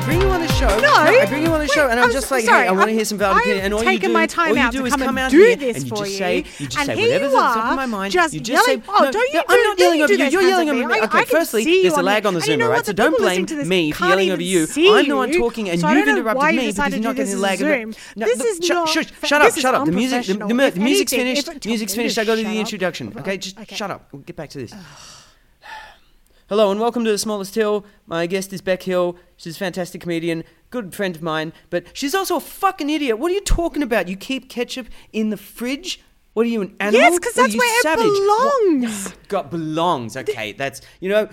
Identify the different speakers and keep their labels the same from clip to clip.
Speaker 1: show.
Speaker 2: No.
Speaker 1: I bring you on the
Speaker 2: Wait,
Speaker 1: show, and
Speaker 2: I'm
Speaker 1: I'm just
Speaker 2: so-
Speaker 1: like,
Speaker 2: sorry,
Speaker 1: hey, I want to
Speaker 2: I'm-
Speaker 1: hear some valid
Speaker 2: I've
Speaker 1: opinion. And all you
Speaker 2: taken
Speaker 1: do,
Speaker 2: my time
Speaker 1: all you
Speaker 2: out
Speaker 1: do
Speaker 2: to
Speaker 1: is
Speaker 2: come
Speaker 1: come,
Speaker 2: and
Speaker 1: out
Speaker 2: do
Speaker 1: here
Speaker 2: this
Speaker 1: and you
Speaker 2: for
Speaker 1: just
Speaker 2: you.
Speaker 1: say, you just
Speaker 2: And
Speaker 1: say
Speaker 2: here you
Speaker 1: whatever's on top of
Speaker 2: are,
Speaker 1: my mind.
Speaker 2: just
Speaker 1: you just
Speaker 2: yelling-
Speaker 1: say,
Speaker 2: oh,
Speaker 1: no,
Speaker 2: don't you
Speaker 1: no,
Speaker 2: do-
Speaker 1: I'm not
Speaker 2: don't
Speaker 1: yelling
Speaker 2: you
Speaker 1: over
Speaker 2: do
Speaker 1: you.
Speaker 2: those
Speaker 1: You're
Speaker 2: kinds
Speaker 1: yelling
Speaker 2: of
Speaker 1: over
Speaker 2: things.
Speaker 1: me.
Speaker 2: I- I
Speaker 1: Okay,
Speaker 2: can
Speaker 1: firstly,
Speaker 2: see you
Speaker 1: there's a
Speaker 2: on
Speaker 1: lag
Speaker 2: the-
Speaker 1: on the
Speaker 2: and you
Speaker 1: Zoom,
Speaker 2: know
Speaker 1: all right?
Speaker 2: what?
Speaker 1: So
Speaker 2: The
Speaker 1: don't
Speaker 2: people
Speaker 1: blame
Speaker 2: listening to this
Speaker 1: me for
Speaker 2: can't
Speaker 1: yelling
Speaker 2: even
Speaker 1: over you.
Speaker 2: see
Speaker 1: I'm the one
Speaker 2: you.
Speaker 1: talking, and
Speaker 2: So I
Speaker 1: you've
Speaker 2: don't know why
Speaker 1: interrupted
Speaker 2: you
Speaker 1: me because
Speaker 2: decided
Speaker 1: you're
Speaker 2: to
Speaker 1: not
Speaker 2: do
Speaker 1: getting
Speaker 2: this
Speaker 1: the lag. of
Speaker 2: Zoom.
Speaker 1: the- No,
Speaker 2: This
Speaker 1: look,
Speaker 2: is
Speaker 1: shut-
Speaker 2: not
Speaker 1: Shut
Speaker 2: fa-
Speaker 1: shut up,
Speaker 2: this is
Speaker 1: shut up. The music, the- the
Speaker 2: unprofessional.
Speaker 1: mu-
Speaker 2: If
Speaker 1: the music's
Speaker 2: anything, if
Speaker 1: finished.
Speaker 2: it-
Speaker 1: The music's
Speaker 2: Tom, will you
Speaker 1: finished. I go to
Speaker 2: shut
Speaker 1: the
Speaker 2: up?
Speaker 1: introduction. Okay, just
Speaker 2: Okay.
Speaker 1: shut up. We'll get back to this. Hello and welcome to The Smallest Hill. My guest is Beck Hill. She's a fantastic comedian, good friend of mine, but she's also a fucking idiot. What are you talking about? You keep ketchup in the fridge? What are you, an animal?
Speaker 2: Yes, because
Speaker 1: What are
Speaker 2: that's
Speaker 1: you,
Speaker 2: where
Speaker 1: savage?
Speaker 2: it
Speaker 1: What-
Speaker 2: belongs.
Speaker 1: Got belongs. Okay, that's you know.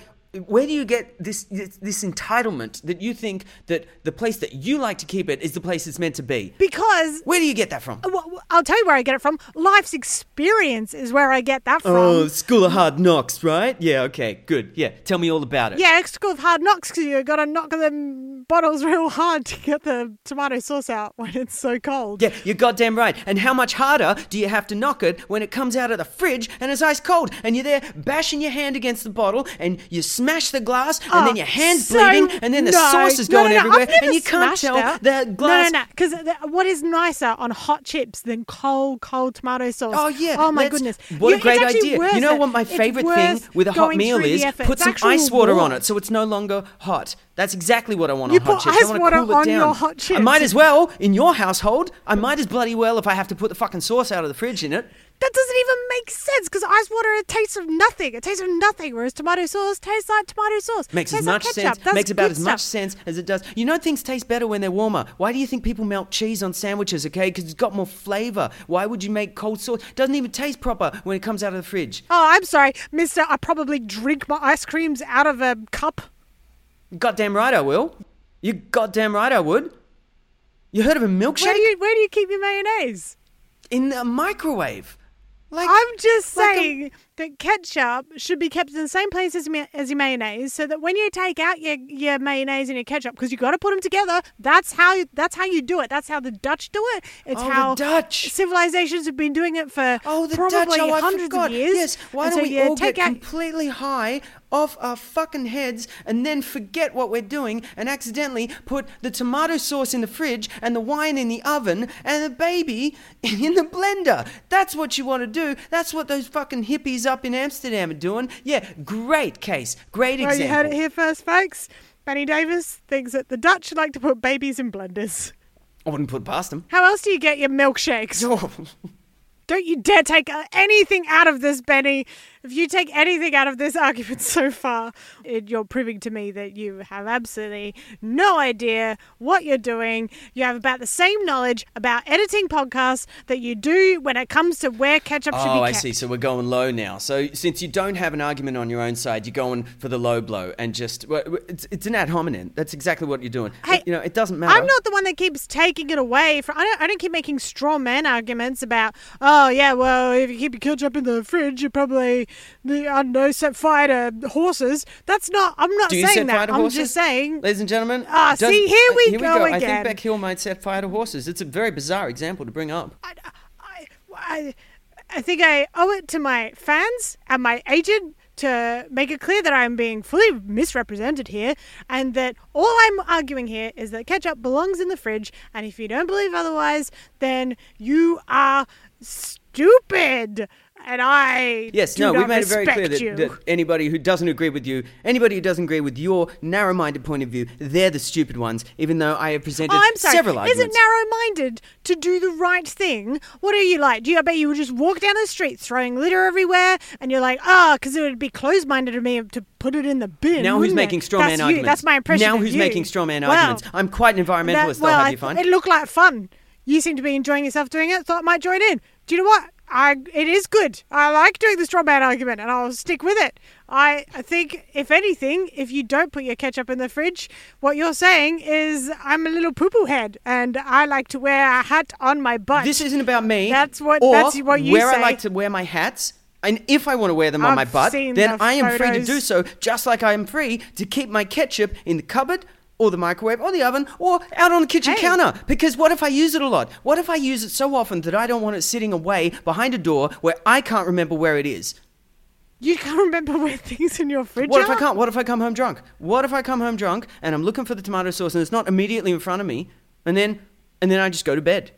Speaker 1: Where do you get this, this this entitlement that you think that the place that you like to keep it is the place it's meant to be?
Speaker 2: Because
Speaker 1: Where do you get that from?
Speaker 2: Well, well, I'll tell you where I get it from. Life's experience is where I get that from.
Speaker 1: Oh, school of hard knocks, right? Yeah, okay, good. Yeah, tell me all about it.
Speaker 2: yeah, school of hard knocks because you got to knock the bottles real hard to get the tomato sauce out when it's so cold.
Speaker 1: Yeah, you're goddamn right. And how much harder do you have to knock it when it comes out of the fridge and it's ice cold and you're there bashing your hand against the bottle and you smash the glass and
Speaker 2: Oh,
Speaker 1: then your hand's
Speaker 2: so-
Speaker 1: bleeding and then the
Speaker 2: no,
Speaker 1: sauce is
Speaker 2: no,
Speaker 1: going
Speaker 2: no, no, I've
Speaker 1: everywhere
Speaker 2: never
Speaker 1: and you can't
Speaker 2: smashed
Speaker 1: tell
Speaker 2: it.
Speaker 1: the glass.
Speaker 2: No, no, no. Because what is nicer on hot chips than cold, cold tomato sauce?
Speaker 1: Oh yeah!
Speaker 2: Oh my
Speaker 1: that's-
Speaker 2: goodness!
Speaker 1: What
Speaker 2: You-
Speaker 1: a
Speaker 2: it's
Speaker 1: great
Speaker 2: actually
Speaker 1: idea!
Speaker 2: worth
Speaker 1: You know
Speaker 2: it.
Speaker 1: what my
Speaker 2: It's
Speaker 1: favorite thing
Speaker 2: worth
Speaker 1: with a hot
Speaker 2: going
Speaker 1: meal
Speaker 2: through the
Speaker 1: is?
Speaker 2: effort.
Speaker 1: Put
Speaker 2: It's
Speaker 1: some
Speaker 2: actual
Speaker 1: ice water on
Speaker 2: warmth.
Speaker 1: it, so it's no longer hot. That's exactly what I want
Speaker 2: You
Speaker 1: on hot
Speaker 2: put
Speaker 1: chips.
Speaker 2: ice
Speaker 1: I want
Speaker 2: water
Speaker 1: to cool it
Speaker 2: on
Speaker 1: down.
Speaker 2: your hot
Speaker 1: I
Speaker 2: chips.
Speaker 1: might as well in your household. I might as bloody well if I have to put the fucking sauce out of the fridge in it.
Speaker 2: That doesn't even make sense because ice water it tastes of nothing. It tastes of nothing, whereas tomato sauce tastes like tomato sauce.
Speaker 1: Makes as
Speaker 2: tastes like
Speaker 1: much
Speaker 2: ketchup.
Speaker 1: sense.
Speaker 2: That's
Speaker 1: makes about
Speaker 2: good
Speaker 1: as much
Speaker 2: stuff.
Speaker 1: sense as it does. You know, things taste better when they're warmer. Why do you think people melt cheese on sandwiches? Okay, because it's got more flavor. Why would you make cold sauce? Doesn't even taste proper when it comes out of the fridge.
Speaker 2: Oh, I'm sorry, Mister. I probably drink my ice creams out of a cup.
Speaker 1: Goddamn right, I will. You goddamn right, I would. You heard of a milkshake
Speaker 2: Where do you where do you keep your mayonnaise?
Speaker 1: in a microwave? Like
Speaker 2: I'm just
Speaker 1: like a-
Speaker 2: saying that ketchup should be kept in the same place as, ma- as your mayonnaise, so that when you take out your, your mayonnaise and your ketchup, because you got to put them together. That's how you, that's how you do it. That's how the Dutch do it. It's
Speaker 1: Oh, the
Speaker 2: how
Speaker 1: Dutch.
Speaker 2: civilizations have been doing it for
Speaker 1: Oh, the
Speaker 2: probably
Speaker 1: Dutch! Oh, I
Speaker 2: hundreds
Speaker 1: forgot.
Speaker 2: of years.
Speaker 1: Yes, why
Speaker 2: And
Speaker 1: don't
Speaker 2: so
Speaker 1: we
Speaker 2: you
Speaker 1: all
Speaker 2: take
Speaker 1: get
Speaker 2: out
Speaker 1: completely high off our fucking heads and then forget what we're doing and accidentally put the tomato sauce in the fridge and the wine in the oven and the baby in the blender? That's what you want to do. That's what those fucking hippies up in Amsterdam are doing. Yeah, great case, great
Speaker 2: Well,
Speaker 1: example.
Speaker 2: you heard it here first, folks. Benny Davis thinks that the Dutch like to put babies in blenders.
Speaker 1: I wouldn't put it past Oh, them.
Speaker 2: How else do you get your milkshakes? Don't you dare take uh, anything out of this, Benny. If you take anything out of this argument so far, it, you're proving to me that you have absolutely no idea what you're doing. You have about the same knowledge about editing podcasts that you do when it comes to where ketchup should be
Speaker 1: Oh, I
Speaker 2: kept.
Speaker 1: see. So we're going low now. So since you don't have an argument on your own side, you're going for the low blow and just well, it's, it's an ad hominem. That's exactly what you're doing.
Speaker 2: Hey,
Speaker 1: you know, it doesn't matter.
Speaker 2: I'm not the one that keeps taking it away. From, I, don't, I don't keep making straw man arguments about, oh, yeah, well, if you keep your ketchup in the fridge, you probably, the- I don't know, set fire to horses. That's not, I'm not
Speaker 1: Do you
Speaker 2: saying
Speaker 1: set
Speaker 2: that.
Speaker 1: fire to
Speaker 2: I'm
Speaker 1: horses?
Speaker 2: just saying.
Speaker 1: ladies and gentlemen.
Speaker 2: Ah,
Speaker 1: does-
Speaker 2: see, here
Speaker 1: uh,
Speaker 2: we
Speaker 1: here
Speaker 2: go
Speaker 1: I
Speaker 2: again.
Speaker 1: think Beck Hill might set fire to horses. It's a very bizarre example to bring up.
Speaker 2: I, I, I, I think I owe it to my fans and my agent to make it clear that I'm being fully misrepresented here and that all I'm arguing here is that ketchup belongs in the fridge. And if you don't believe otherwise, then you are stupid. And I
Speaker 1: Yes,
Speaker 2: do
Speaker 1: no, we
Speaker 2: not
Speaker 1: made it very clear
Speaker 2: respect
Speaker 1: that,
Speaker 2: you.
Speaker 1: that anybody who doesn't agree with you, anybody who doesn't agree with your narrow-minded point of view, they're the stupid ones. Even though I have presented
Speaker 2: Oh, I'm sorry.
Speaker 1: several arguments.
Speaker 2: Is it narrow-minded to do the right thing? What are you like? Do you? I bet you would just walk down the street throwing litter everywhere, and you're like, oh, because it would be closed-minded of me to put it in the bin.
Speaker 1: Now who's
Speaker 2: wouldn't it?
Speaker 1: making straw
Speaker 2: that's
Speaker 1: man
Speaker 2: you.
Speaker 1: arguments?
Speaker 2: That's my impression.
Speaker 1: Now
Speaker 2: of
Speaker 1: who's
Speaker 2: you.
Speaker 1: making straw man
Speaker 2: Wow.
Speaker 1: arguments? I'm quite an
Speaker 2: That-
Speaker 1: environmentalist.
Speaker 2: well,
Speaker 1: I'll
Speaker 2: I
Speaker 1: have you
Speaker 2: th-
Speaker 1: fun.
Speaker 2: It looked like fun. You seem to be enjoying yourself doing it. Thought I might join in. Do you know what? I it is good. I like doing the straw man argument, and I'll stick with it. I, I think if anything, if you don't put your ketchup in the fridge, what you're saying is I'm a little poo poo head, and I like to wear a hat on my butt.
Speaker 1: This isn't about me.
Speaker 2: That's what-
Speaker 1: Or
Speaker 2: that's what you
Speaker 1: where I
Speaker 2: say.
Speaker 1: like to wear my hats. And if I want to wear them on
Speaker 2: I've
Speaker 1: my butt,
Speaker 2: seen
Speaker 1: then
Speaker 2: the
Speaker 1: I am free to
Speaker 2: photos.
Speaker 1: do so, just like I am free to keep my ketchup in the cupboard or the microwave or the oven or out on the kitchen
Speaker 2: Hey.
Speaker 1: counter. Because what if I use it a lot? What if I use it so often that I don't want it sitting away behind a door where I can't remember where it is?
Speaker 2: You can't remember where things in your fridge
Speaker 1: What
Speaker 2: are?
Speaker 1: if I can't? What if I come home drunk? What if I come home drunk and I'm looking for the tomato sauce and it's not immediately in front of me, and then and then I just go to bed,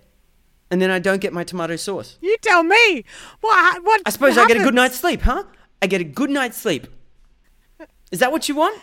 Speaker 1: and then I don't get my tomato sauce.
Speaker 2: You tell me. What? What?
Speaker 1: I suppose I get a good
Speaker 2: happens?
Speaker 1: night's sleep, huh? I get a good night's sleep. Is that what you want?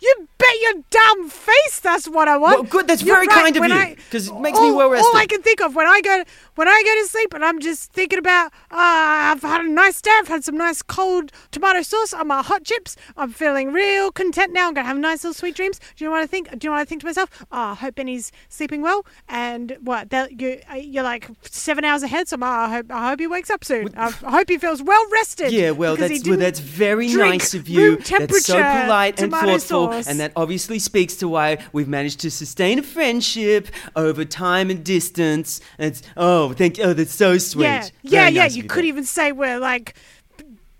Speaker 2: You bet your damn face. That's what I want.
Speaker 1: Well, good, that's
Speaker 2: You're
Speaker 1: very kind of
Speaker 2: when
Speaker 1: you,
Speaker 2: I-
Speaker 1: 'cause it makes me
Speaker 2: all-
Speaker 1: well
Speaker 2: All I
Speaker 1: rested.
Speaker 2: can think of when I go when I go to sleep and I'm just thinking about uh, I've had a nice day. I've had some nice cold tomato sauce on my hot chips. I'm feeling real content now. I'm gonna have nice little sweet dreams. Do you know what I think? Do you know what I think to myself? Oh, I hope Benny's sleeping well. And what? that- You uh, you're like seven hours ahead. So I hope I hope he wakes up soon. I I hope he feels well rested.
Speaker 1: Yeah, well,
Speaker 2: because he
Speaker 1: that's well,
Speaker 2: didn't
Speaker 1: that's very
Speaker 2: drink
Speaker 1: nice of
Speaker 2: room
Speaker 1: you. That's so
Speaker 2: temperature
Speaker 1: polite and
Speaker 2: tomato
Speaker 1: thoughtful,
Speaker 2: sauce.
Speaker 1: and that obviously speaks to why we've managed to sustain a friendship over time and distance. And it's, oh, thank you. Oh, that's so sweet.
Speaker 2: Yeah,
Speaker 1: Very
Speaker 2: yeah, yeah.
Speaker 1: nice of
Speaker 2: You
Speaker 1: Deb.
Speaker 2: could even say we're like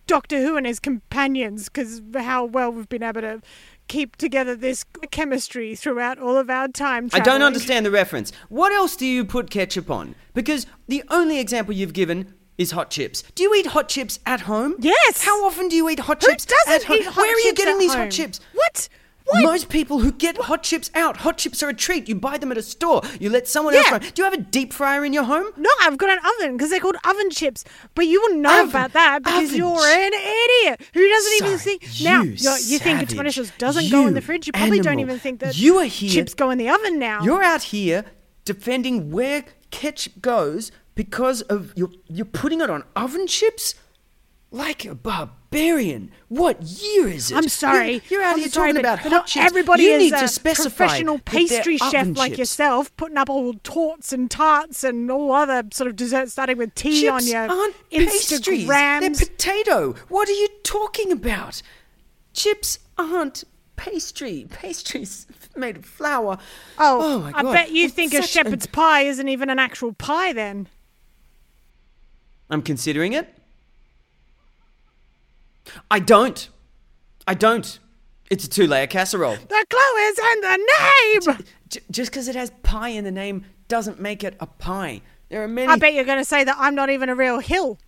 Speaker 2: Doctor Who and his companions because how well we've been able to keep together this chemistry throughout all of our time.
Speaker 1: I don't
Speaker 2: traveling.
Speaker 1: understand the reference. What else do you put ketchup on? Because the only example you've given is hot chips. Do you eat hot chips at home?
Speaker 2: Yes.
Speaker 1: How often do you eat hot
Speaker 2: Who
Speaker 1: chips? at
Speaker 2: doesn't
Speaker 1: home?
Speaker 2: eat hot
Speaker 1: Where are you
Speaker 2: chips
Speaker 1: getting
Speaker 2: at
Speaker 1: these
Speaker 2: home?
Speaker 1: hot chips?
Speaker 2: What? What?
Speaker 1: Most people who get hot chips out, hot chips are a treat. You buy them at a store. You let someone else
Speaker 2: Yeah.
Speaker 1: run. Do you have a deep fryer in your home?
Speaker 2: No, I've got an oven because they're called oven chips. But you wouldn't know
Speaker 1: Oven-
Speaker 2: about that because
Speaker 1: oven
Speaker 2: you're
Speaker 1: chi-
Speaker 2: an idiot who doesn't even
Speaker 1: Sorry,
Speaker 2: think. now
Speaker 1: you
Speaker 2: you're- you think tomato
Speaker 1: savage.
Speaker 2: sauce doesn't go in the
Speaker 1: You
Speaker 2: fridge. You probably don't
Speaker 1: animal.
Speaker 2: even think that
Speaker 1: You are here-
Speaker 2: chips go in the oven now.
Speaker 1: You're out here defending where ketchup goes because of you're, you're putting it on oven chips? Like a barbarian. What year is it?
Speaker 2: I'm sorry.
Speaker 1: You're, you're out
Speaker 2: I'm
Speaker 1: here
Speaker 2: sorry,
Speaker 1: talking
Speaker 2: but-
Speaker 1: about
Speaker 2: but
Speaker 1: hot
Speaker 2: not
Speaker 1: chips.
Speaker 2: Everybody
Speaker 1: you
Speaker 2: is
Speaker 1: need
Speaker 2: a
Speaker 1: to specify
Speaker 2: professional
Speaker 1: that they're
Speaker 2: pastry chef
Speaker 1: oven
Speaker 2: like
Speaker 1: chips.
Speaker 2: yourself, putting up all torts and tarts and all other sort of desserts starting with tea on
Speaker 1: Chips
Speaker 2: your
Speaker 1: aren't pastries. They're
Speaker 2: Instagrams.
Speaker 1: potato. What are you talking about? Chips aren't pastry. Pastries made of flour.
Speaker 2: oh,
Speaker 1: my
Speaker 2: I
Speaker 1: God.
Speaker 2: bet you
Speaker 1: It's
Speaker 2: think a
Speaker 1: such
Speaker 2: shepherd's pie isn't even an actual pie then.
Speaker 1: I'm considering it. I don't. I don't. It's a two layer casserole.
Speaker 2: The clue is in the name!
Speaker 1: J- just because it has pie in the name doesn't make it a pie. There are many.
Speaker 2: I bet you're going to say that I'm not even a real hill.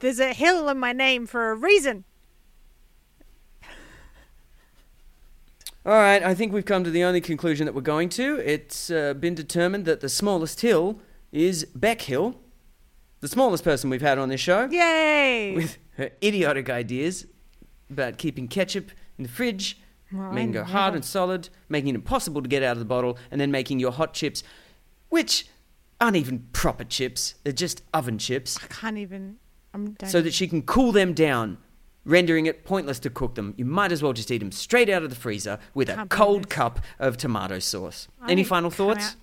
Speaker 2: There's a hill in my name for a reason.
Speaker 1: All right, I think we've come to the only conclusion that we're going to. It's uh, been determined that the smallest hill is Beck Hill, the smallest person we've had on this show.
Speaker 2: Yay!
Speaker 1: with her idiotic ideas about keeping ketchup in the fridge,
Speaker 2: Well,
Speaker 1: making it
Speaker 2: I
Speaker 1: go hard
Speaker 2: never-
Speaker 1: and solid, making it impossible to get out of the bottle, and then making your hot chips, which aren't even proper chips, they're just oven chips,
Speaker 2: I can't even. I'm done.
Speaker 1: so that she can cool them down, rendering it pointless to cook them. You might as well just eat them straight out of the freezer with a
Speaker 2: Can't believe
Speaker 1: cold
Speaker 2: this.
Speaker 1: cup of tomato sauce.
Speaker 2: I
Speaker 1: Any
Speaker 2: ain't
Speaker 1: final
Speaker 2: come
Speaker 1: thoughts?
Speaker 2: out-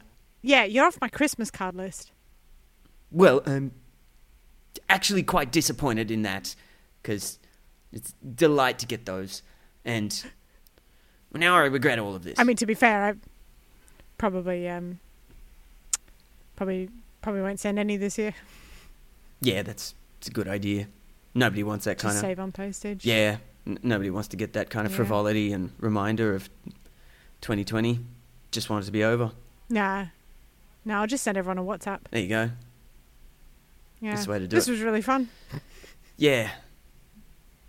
Speaker 2: Yeah, you're off my Christmas card list.
Speaker 1: Well, um, actually quite disappointed in that because it's a delight to get those, and now I regret all of this.
Speaker 2: I mean, to be fair, I probably um probably probably won't send any this year.
Speaker 1: yeah, that's it's a good idea. Nobody wants that
Speaker 2: Just
Speaker 1: kind of
Speaker 2: save on postage.
Speaker 1: yeah. N- nobody wants to get that kind of
Speaker 2: Yeah.
Speaker 1: frivolity and reminder of 2020. Just wanted to be over.
Speaker 2: Nah. No, I'll just send everyone a WhatsApp.
Speaker 1: There you go.
Speaker 2: Yeah.
Speaker 1: That's the way to do
Speaker 2: this
Speaker 1: it.
Speaker 2: was really fun.
Speaker 1: Yeah,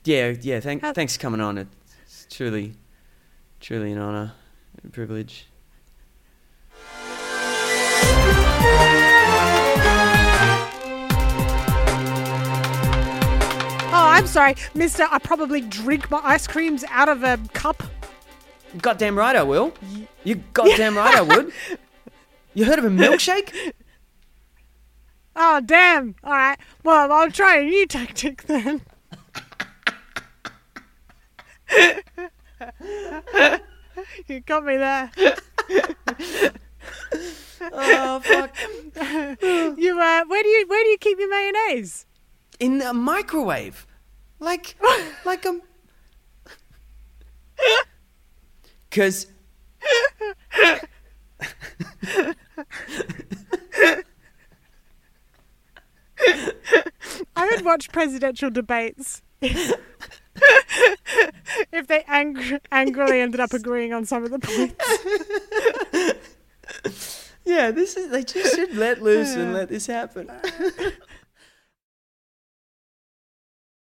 Speaker 1: yeah, yeah. Thank,
Speaker 2: How-
Speaker 1: thanks for coming on. It's truly, truly an honor, and privilege.
Speaker 2: Oh, I'm sorry, Mister. I probably drink my ice creams out of a cup.
Speaker 1: Goddamn right I will. You goddamn right I would. You heard of a milkshake?
Speaker 2: Oh, damn. All right. Well, I'll try a new tactic then. you got me there.
Speaker 1: oh fuck!
Speaker 2: You uh, where do you where do you keep your mayonnaise?
Speaker 1: In a microwave, like, like um, because
Speaker 2: I would watch presidential debates. if they ang- angrily ended up agreeing on some of the points.
Speaker 1: yeah, this is they just should let loose and let this happen.